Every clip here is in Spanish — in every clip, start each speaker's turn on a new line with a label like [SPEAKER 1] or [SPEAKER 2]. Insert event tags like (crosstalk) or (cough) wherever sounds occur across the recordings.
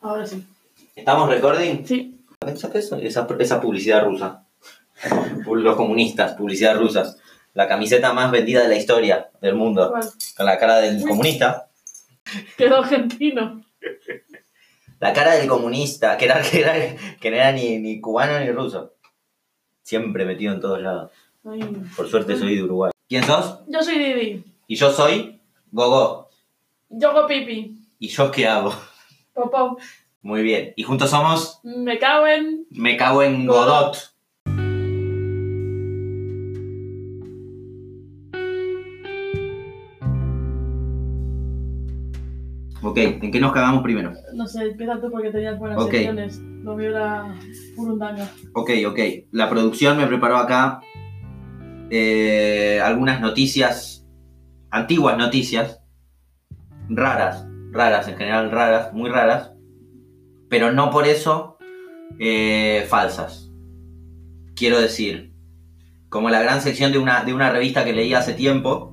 [SPEAKER 1] Ahora sí.
[SPEAKER 2] ¿Estamos recording?
[SPEAKER 1] Sí.
[SPEAKER 2] ¿Pensaste eso? Esa, esa publicidad rusa. Los comunistas, publicidad rusas. La camiseta más vendida de la historia del mundo.
[SPEAKER 1] Bueno,
[SPEAKER 2] Con la cara del comunista.
[SPEAKER 1] quedó argentino.
[SPEAKER 2] La cara del comunista, que, era, que, era, que no era ni, ni cubano ni ruso. Siempre metido en todos lados.
[SPEAKER 1] Ay.
[SPEAKER 2] Por suerte soy de Uruguay. ¿Quién sos?
[SPEAKER 1] Yo soy Didi.
[SPEAKER 2] Y yo soy Gogo.
[SPEAKER 1] Yo hago pipi.
[SPEAKER 2] ¿Y yo qué hago?
[SPEAKER 1] Popó.
[SPEAKER 2] Muy bien. Y juntos somos
[SPEAKER 1] Me cago en.
[SPEAKER 2] Me cago en Godot. Ok, ¿en qué nos cagamos primero?
[SPEAKER 1] No sé, empieza tú porque tenías buenas
[SPEAKER 2] Ok.
[SPEAKER 1] secciones. No me era burundanga.
[SPEAKER 2] Ok, ok. La producción me preparó acá eh, algunas noticias, antiguas noticias, raras, raras, en general raras, muy raras, pero no por eso eh, falsas. Quiero decir, como la gran sección de una, de una revista que leí hace tiempo,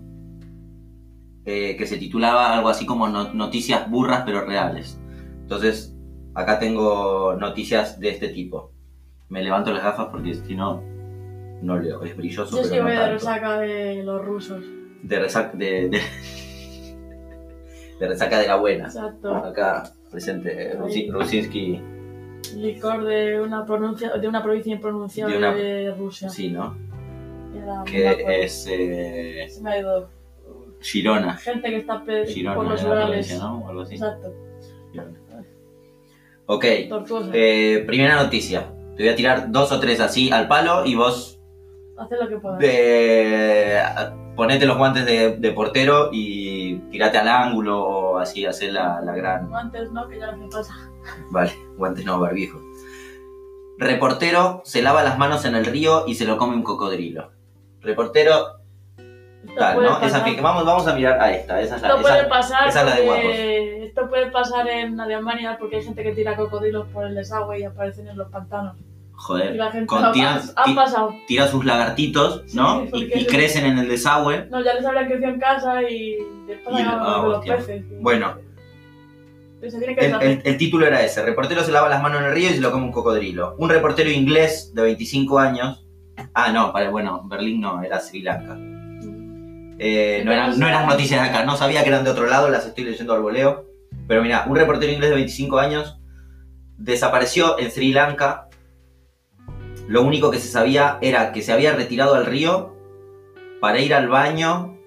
[SPEAKER 2] eh, que se titulaba algo así como no- Noticias burras pero reales. Entonces, acá tengo noticias de este tipo. Me levanto las gafas porque si no, no leo. Es brilloso,
[SPEAKER 1] Yo es
[SPEAKER 2] pero
[SPEAKER 1] que
[SPEAKER 2] no
[SPEAKER 1] voy a
[SPEAKER 2] tanto.
[SPEAKER 1] resaca de los rusos.
[SPEAKER 2] De resaca de, de, de resaca de la buena.
[SPEAKER 1] Exacto.
[SPEAKER 2] Acá presente eh, Rusi-
[SPEAKER 1] Ahí.
[SPEAKER 2] Rusinski,
[SPEAKER 1] Licor de una pronuncia, de una provincia impronunciable
[SPEAKER 2] De
[SPEAKER 1] de,
[SPEAKER 2] una-
[SPEAKER 1] Rusia.
[SPEAKER 2] sí, ¿no?
[SPEAKER 1] Era- no me acuerdo.
[SPEAKER 2] Que es eh,
[SPEAKER 1] Se me ha ido.
[SPEAKER 2] Girona.
[SPEAKER 1] Gente que está pe- por
[SPEAKER 2] Girona
[SPEAKER 1] los
[SPEAKER 2] era la
[SPEAKER 1] Urales.
[SPEAKER 2] provincia, ¿no? O algo así.
[SPEAKER 1] Exacto.
[SPEAKER 2] Girona. Ok,
[SPEAKER 1] Tortuosa.
[SPEAKER 2] eh, primera noticia. Te voy a tirar dos o tres así al palo y vos
[SPEAKER 1] Haz lo que puedas.
[SPEAKER 2] eh, ponete los guantes de, de portero y tirate al ángulo o así, hacer la, la gran
[SPEAKER 1] Antes no, que ya no me pasa.
[SPEAKER 2] Vale, guantes no, barbijo. Reportero se lava las manos en el río y se lo come un cocodrilo. Reportero, tal,
[SPEAKER 1] puede
[SPEAKER 2] ¿no? Esa
[SPEAKER 1] pasar.
[SPEAKER 2] que- vamos, vamos a mirar a esta. Esa es la,
[SPEAKER 1] Esto
[SPEAKER 2] esa-
[SPEAKER 1] puede pasar
[SPEAKER 2] esa es la de
[SPEAKER 1] porque- esto puede pasar en Alemania porque hay gente que tira cocodrilos por el desagüe y aparecen en los pantanos. Y
[SPEAKER 2] Joder,
[SPEAKER 1] la gente
[SPEAKER 2] Eh, Con
[SPEAKER 1] lo ha-
[SPEAKER 2] tiras-
[SPEAKER 1] ha
[SPEAKER 2] ti-
[SPEAKER 1] pasado.
[SPEAKER 2] tira sus lagartitos,
[SPEAKER 1] Sí,
[SPEAKER 2] ¿no?
[SPEAKER 1] porque
[SPEAKER 2] y, y
[SPEAKER 1] es-
[SPEAKER 2] crecen en el desagüe.
[SPEAKER 1] No, ya les habrían crecido en casa y después
[SPEAKER 2] Y-
[SPEAKER 1] acaban
[SPEAKER 2] ah,
[SPEAKER 1] con los
[SPEAKER 2] hostia.
[SPEAKER 1] peces. Y-
[SPEAKER 2] Bueno.
[SPEAKER 1] y se tiene que
[SPEAKER 2] El,
[SPEAKER 1] deshacer.
[SPEAKER 2] el- el título era ese, reportero se lava las manos en el río y se lo come un cocodrilo. Un reportero inglés de 25 años... Ah, no, para, bueno, Berlín no, era Sri Lanka. Eh, no, eran, no eran noticias de acá, no sabía que eran de otro lado, las estoy leyendo al voleo. Pero mira, un reportero inglés de 25 años desapareció en Sri Lanka. Lo único que se sabía era que se había retirado al río para ir al baño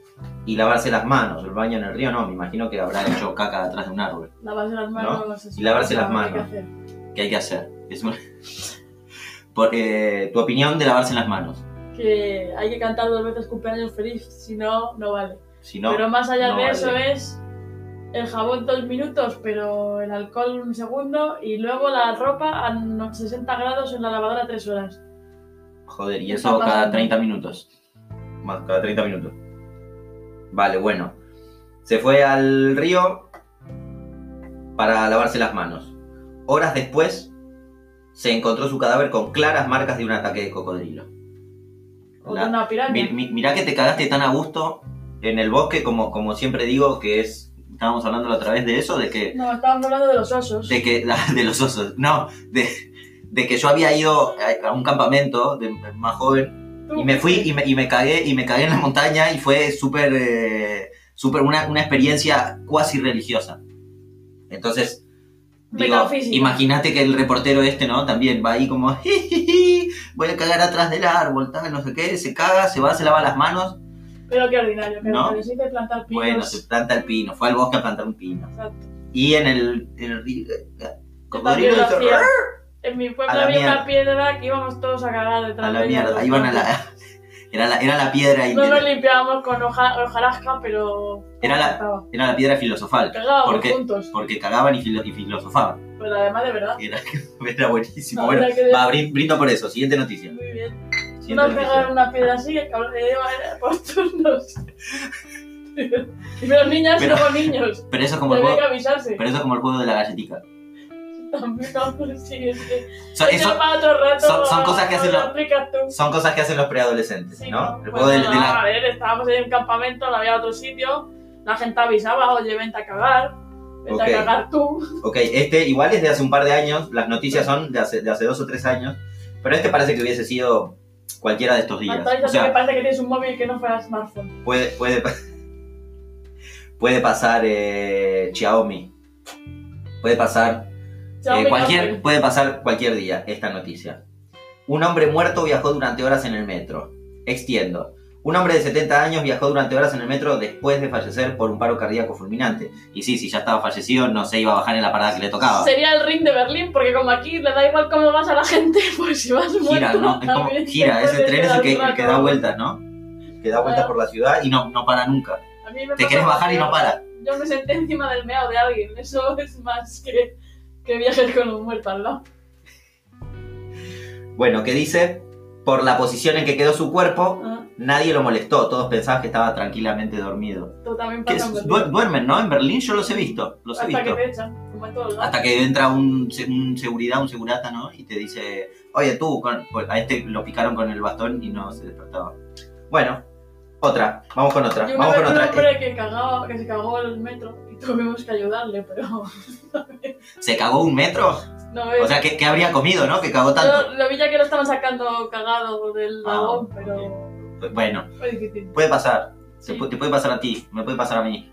[SPEAKER 2] y lavarse las manos. El baño en el río no, me imagino que habrá hecho caca detrás de un árbol.
[SPEAKER 1] Lavarse las manos. es
[SPEAKER 2] Y lavarse
[SPEAKER 1] una
[SPEAKER 2] las
[SPEAKER 1] cosa que hay
[SPEAKER 2] manos.
[SPEAKER 1] que hacer.
[SPEAKER 2] ¿Qué hay que hacer? (laughs) Es una- Por- eh, tu opinión de lavarse las manos.
[SPEAKER 1] que hay que cantar dos veces cumpleaños feliz, si no, no vale.
[SPEAKER 2] Si no,
[SPEAKER 1] pero más allá
[SPEAKER 2] no
[SPEAKER 1] de
[SPEAKER 2] vale.
[SPEAKER 1] eso es el jabón dos minutos, pero el alcohol un segundo y luego la ropa a unos 60 grados en la lavadora tres horas.
[SPEAKER 2] Joder, y
[SPEAKER 1] ¿Qué
[SPEAKER 2] eso
[SPEAKER 1] está pasando?
[SPEAKER 2] cada 30 minutos. Más, cada 30 minutos. Vale, bueno. Se fue al río para lavarse las manos. Horas después, se encontró su cadáver con claras marcas de un ataque de cocodrilo.
[SPEAKER 1] O
[SPEAKER 2] La-
[SPEAKER 1] con una piraña.
[SPEAKER 2] Mi- mi- mirá que te cagaste tan a gusto en el bosque, como, como siempre digo, que es. Estábamos hablando la otra vez de eso, de que
[SPEAKER 1] No, estábamos hablando de los osos.
[SPEAKER 2] de que (laughs) de los osos, no, de, de que yo había ido a a un campamento de más joven
[SPEAKER 1] Tú. eh,
[SPEAKER 2] y me fui y me, y me cagué y me cagué en la montaña y fue súper eh, súper una, una experiencia cuasi religiosa. Entonces, digo,
[SPEAKER 1] Metafísica.
[SPEAKER 2] imagínate que el reportero este, ¿no? También va ahí como (laughs) "Ji, ji, ji, voy a cagar atrás del árbol, tal, no sé qué, se caga, se va, se lava las manos,
[SPEAKER 1] Pero qué ordinario, que
[SPEAKER 2] No.
[SPEAKER 1] no. necesite plantar pinos.
[SPEAKER 2] bueno, se planta el pino, fue al bosque a plantar un pino.
[SPEAKER 1] Exacto.
[SPEAKER 2] Y en el, en el río-
[SPEAKER 1] También
[SPEAKER 2] cocodrilo
[SPEAKER 1] lo
[SPEAKER 2] hizo-
[SPEAKER 1] hacía. En mi pueblo
[SPEAKER 2] A la
[SPEAKER 1] había
[SPEAKER 2] mierda.
[SPEAKER 1] una piedra que íbamos todos a cagar detrás
[SPEAKER 2] A la
[SPEAKER 1] de ella. pues,
[SPEAKER 2] mierda, iban a la. Era la, era la piedra
[SPEAKER 1] No nos
[SPEAKER 2] indela-
[SPEAKER 1] limpiábamos con hoja, hojarasca, pero...
[SPEAKER 2] Era la-
[SPEAKER 1] Estaba.
[SPEAKER 2] era la piedra filosofal,
[SPEAKER 1] Cagábamos
[SPEAKER 2] ¿Por qué?
[SPEAKER 1] juntos.
[SPEAKER 2] porque cagaban y, filo- y filosofaban.
[SPEAKER 1] Pero además de verdad.
[SPEAKER 2] Era, era buenísimo.
[SPEAKER 1] No,
[SPEAKER 2] bueno,
[SPEAKER 1] la que-
[SPEAKER 2] va, brin- brindo por eso. Siguiente noticia.
[SPEAKER 1] Muy bien.
[SPEAKER 2] Siguiente
[SPEAKER 1] Una pegada en
[SPEAKER 2] noticia.
[SPEAKER 1] una piedra así, que cabrón, que iba a- por turnos. (laughs) Pero niñas
[SPEAKER 2] Pero-
[SPEAKER 1] y luego niños.
[SPEAKER 2] Pero eso es como el
[SPEAKER 1] Tendría que
[SPEAKER 2] juego.
[SPEAKER 1] avisarse.
[SPEAKER 2] Pero eso es como el juego de la galletica.
[SPEAKER 1] (laughs) También, no, sí, es que-
[SPEAKER 2] So-
[SPEAKER 1] Eso
[SPEAKER 2] eso-
[SPEAKER 1] para otro rato.
[SPEAKER 2] son- son cosas que
[SPEAKER 1] no
[SPEAKER 2] hacen
[SPEAKER 1] lo
[SPEAKER 2] los-
[SPEAKER 1] aplicas tú.
[SPEAKER 2] son cosas que hacen los preadolescentes,
[SPEAKER 1] Sí,
[SPEAKER 2] ¿no? El
[SPEAKER 1] pues
[SPEAKER 2] juego de, de
[SPEAKER 1] nada, A
[SPEAKER 2] la.
[SPEAKER 1] ver, estábamos en un campamento, no había otro sitio. La gente avisaba, oye, vente a cagar. Vete
[SPEAKER 2] Ok.
[SPEAKER 1] a cagar tú.
[SPEAKER 2] Ok, este igual es de hace un par de años, las noticias son de hace, de hace dos o tres años, pero este parece que hubiese sido cualquiera de estos días.
[SPEAKER 1] Actualízate
[SPEAKER 2] O sea,
[SPEAKER 1] que parece que tienes un móvil que no fuera smartphone.
[SPEAKER 2] puede, puede, pa- (laughs) puede pasar eh, Xiaomi, puede pasar, eh,
[SPEAKER 1] Xiaomi
[SPEAKER 2] cualquier,
[SPEAKER 1] Note.
[SPEAKER 2] puede pasar cualquier día esta noticia. Un hombre muerto viajó durante horas en el metro. Extiendo. Un hombre de 70 años viajó durante horas en el metro después de fallecer por un paro cardíaco fulminante. Y sí, si ya estaba fallecido, no se iba a bajar en la parada que le tocaba.
[SPEAKER 1] Sería el ring de Berlín, porque como aquí le da igual cómo vas a la gente, (laughs) pues si vas muerto...
[SPEAKER 2] gira, ¿no? Es
[SPEAKER 1] (laughs)
[SPEAKER 2] como,
[SPEAKER 1] también
[SPEAKER 2] gira,
[SPEAKER 1] te
[SPEAKER 2] ese
[SPEAKER 1] puedes
[SPEAKER 2] tren es
[SPEAKER 1] quedar
[SPEAKER 2] el que, el
[SPEAKER 1] rato.
[SPEAKER 2] que da vueltas, ¿no? Que da vueltas por la ciudad y no, no para nunca.
[SPEAKER 1] A mí me
[SPEAKER 2] Te
[SPEAKER 1] pasa
[SPEAKER 2] querés bajar y no
[SPEAKER 1] que
[SPEAKER 2] para.
[SPEAKER 1] Yo me senté encima del meao de alguien, eso (laughs) es más que, que viajes con un muerto al
[SPEAKER 2] (laughs)
[SPEAKER 1] lado.
[SPEAKER 2] Bueno, ¿qué dice? Por la posición en que quedó su cuerpo,
[SPEAKER 1] Ah,
[SPEAKER 2] nadie lo molestó. Todos pensaban que estaba tranquilamente dormido.
[SPEAKER 1] Tú también
[SPEAKER 2] Que
[SPEAKER 1] pasas
[SPEAKER 2] du- duermen, ¿no? En Berlín yo los he visto. Los he
[SPEAKER 1] Hasta que
[SPEAKER 2] visto.
[SPEAKER 1] te echan, como en todos lados.
[SPEAKER 2] Hasta que entra un, se- un seguridad, un segurata, ¿no? Y te dice, oye, tú, con- con- a este lo picaron con el bastón y no se despertaba. Bueno, otra. Vamos con otra.
[SPEAKER 1] Y una
[SPEAKER 2] Vamos
[SPEAKER 1] vez
[SPEAKER 2] con
[SPEAKER 1] un
[SPEAKER 2] otra.
[SPEAKER 1] hombre que, cagaba, que se cagó en el metro y tuvimos que ayudarle, pero (laughs)
[SPEAKER 2] ¿Se cagó un metro?
[SPEAKER 1] no
[SPEAKER 2] O
[SPEAKER 1] es...
[SPEAKER 2] sea, ¿qué, qué habría comido, no? Que cagó tanto.
[SPEAKER 1] Yo lo vi ya que lo estaban sacando cagado del
[SPEAKER 2] Ah,
[SPEAKER 1] vagón,
[SPEAKER 2] ok.
[SPEAKER 1] pero
[SPEAKER 2] Pues, Bueno,
[SPEAKER 1] fue difícil.
[SPEAKER 2] puede pasar. Te,
[SPEAKER 1] Sí.
[SPEAKER 2] pu- te puede pasar a ti, me puede pasar a mí.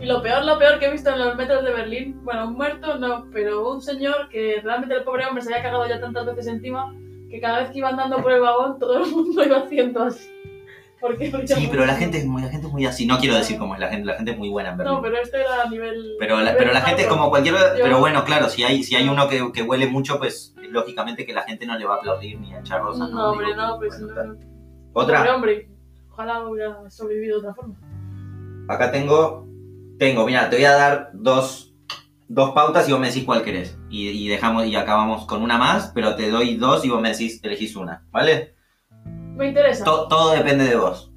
[SPEAKER 1] Y lo peor, lo peor que he visto en los metros de Berlín, bueno, un muerto no, pero un señor que realmente el pobre hombre se había cagado ya tantas veces encima que cada vez que iba andando por el vagón todo el mundo iba haciendo así. Porque
[SPEAKER 2] Sí, pero la gente es muy, la gente es muy así. No quiero decir cómo es la gente, la gente es muy buena en verdad.
[SPEAKER 1] No, pero esto era a nivel...
[SPEAKER 2] pero, la,
[SPEAKER 1] nivel
[SPEAKER 2] pero la gente es
[SPEAKER 1] macro.
[SPEAKER 2] como cualquier. Pero bueno, claro, si hay, si hay uno que, que huele mucho, pues lógicamente que la gente no le va a aplaudir ni a echar rosas.
[SPEAKER 1] No, hombre,
[SPEAKER 2] Digo,
[SPEAKER 1] no, pues
[SPEAKER 2] bueno,
[SPEAKER 1] no.
[SPEAKER 2] tal.
[SPEAKER 1] no. Pobre
[SPEAKER 2] Otra,
[SPEAKER 1] hombre, ojalá hubiera sobrevivido de otra forma.
[SPEAKER 2] acá tengo. Tengo, mira, te voy a dar dos, dos pautas y vos me decís cuál querés. Y, y dejamos y acabamos con una más, pero te doy dos y vos me decís, elegís una, ¿vale?
[SPEAKER 1] Me interesa.
[SPEAKER 2] To- todo depende de vos.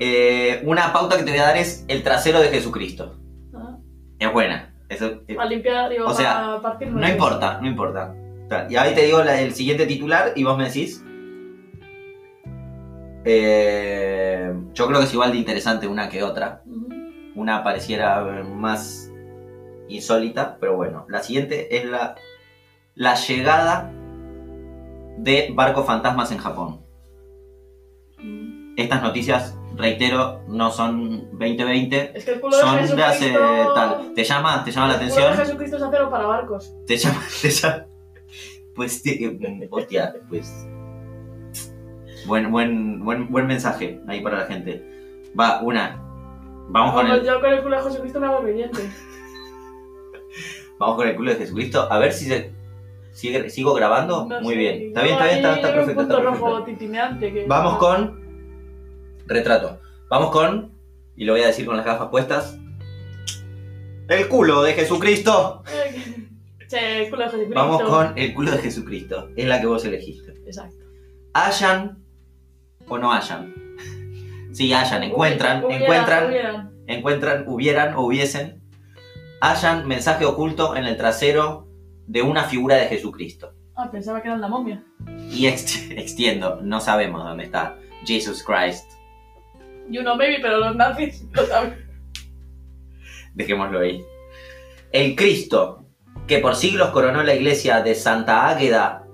[SPEAKER 2] Eh, una pauta que te voy a dar es el trasero de Jesucristo.
[SPEAKER 1] Ah,
[SPEAKER 2] Es buena. Eso- eh,
[SPEAKER 1] Para limpiar, digo,
[SPEAKER 2] O sea,
[SPEAKER 1] para partirme.
[SPEAKER 2] no importa, no importa. Ta- Y ahí te digo la- el siguiente titular y vos me decís. Eh, yo creo que es igual de interesante una que otra.
[SPEAKER 1] Ujú.
[SPEAKER 2] Una pareciera eh, más insólita, pero bueno. La siguiente es la, la llegada de barcos fantasmas en Japón.
[SPEAKER 1] Ujú.
[SPEAKER 2] estas noticias, reitero, no son 2020,
[SPEAKER 1] Es que el culo de
[SPEAKER 2] son de hace
[SPEAKER 1] Jesucristo...
[SPEAKER 2] tal. ¿Te llama, te llama la
[SPEAKER 1] El culo de
[SPEAKER 2] atención?
[SPEAKER 1] Jesucristo es acero para barcos.
[SPEAKER 2] ¿Te llama, (laughs) te llama? Pues, te- eh, hostia, pues. Buen, buen, buen, buen mensaje ahí para la gente. Va, una. Vamos con, el,
[SPEAKER 1] Yo con el culo de Jesucristo me hago creyente.
[SPEAKER 2] vamos con el culo de Jesucristo. A ver si se. sigue- ¿Sigo grabando?
[SPEAKER 1] No
[SPEAKER 2] Muy
[SPEAKER 1] sé,
[SPEAKER 2] bien.
[SPEAKER 1] yo
[SPEAKER 2] Está bien, está bien, está,
[SPEAKER 1] ahí
[SPEAKER 2] está
[SPEAKER 1] veo
[SPEAKER 2] perfecto.
[SPEAKER 1] Un punto
[SPEAKER 2] está perfecto.
[SPEAKER 1] rojo titineante. Que...
[SPEAKER 2] Vamos con. Retrato. Vamos con. Y lo voy a decir con las gafas puestas. El culo de Jesucristo.
[SPEAKER 1] (laughs) Che, el culo de Jesucristo.
[SPEAKER 2] Vamos con el culo de Jesucristo. Es la que vos elegiste.
[SPEAKER 1] Exacto.
[SPEAKER 2] Hayan o no hayan. (laughs) Sí, hayan, encuentran,
[SPEAKER 1] Hubiera-
[SPEAKER 2] encuentran,
[SPEAKER 1] hubiera.
[SPEAKER 2] encuentran, hubieran o hubiesen. Hayan mensaje oculto en el trasero de una figura de Jesucristo.
[SPEAKER 1] Ah, pensaba que eran la momia.
[SPEAKER 2] Y ex- (laughs) extiendo, no sabemos dónde está. Jesus Christ.
[SPEAKER 1] Y uno maybe, pero los nazis (laughs) lo saben.
[SPEAKER 2] Dejémoslo ahí. El Cristo, que por siglos coronó la iglesia de Santa Águeda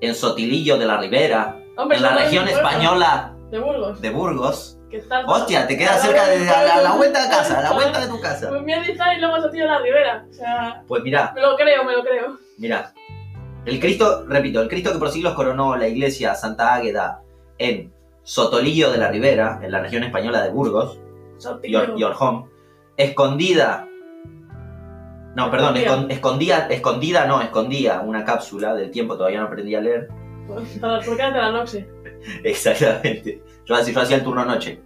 [SPEAKER 2] en Sotilillo de la Ribera,
[SPEAKER 1] Hombre,
[SPEAKER 2] en la
[SPEAKER 1] yo no
[SPEAKER 2] región
[SPEAKER 1] me acuerdo.
[SPEAKER 2] española
[SPEAKER 1] De Burgos.
[SPEAKER 2] de Burgos.
[SPEAKER 1] ¿Qué tal?
[SPEAKER 2] Hostia, te queda cerca de a la, a la vuelta de casa, a la vuelta de tu casa.
[SPEAKER 1] Pues me y luego se tira a la ribera. O sea,
[SPEAKER 2] Pues mirá,
[SPEAKER 1] me lo creo, me lo creo.
[SPEAKER 2] mirá. El Cristo, repito, el Cristo que por siglos coronó la iglesia Santa Águeda en Sotolillo de la Ribera, en la región española de Burgos, Your,
[SPEAKER 1] Sotillo.
[SPEAKER 2] Your Home, escondida. No, perdón, escon- escondida, escondida no, escondía una cápsula del tiempo, todavía no aprendí a leer. (laughs)
[SPEAKER 1] Para por qué de la noche.
[SPEAKER 2] Exactamente. Yo, hacía- yo hacía el turno noche.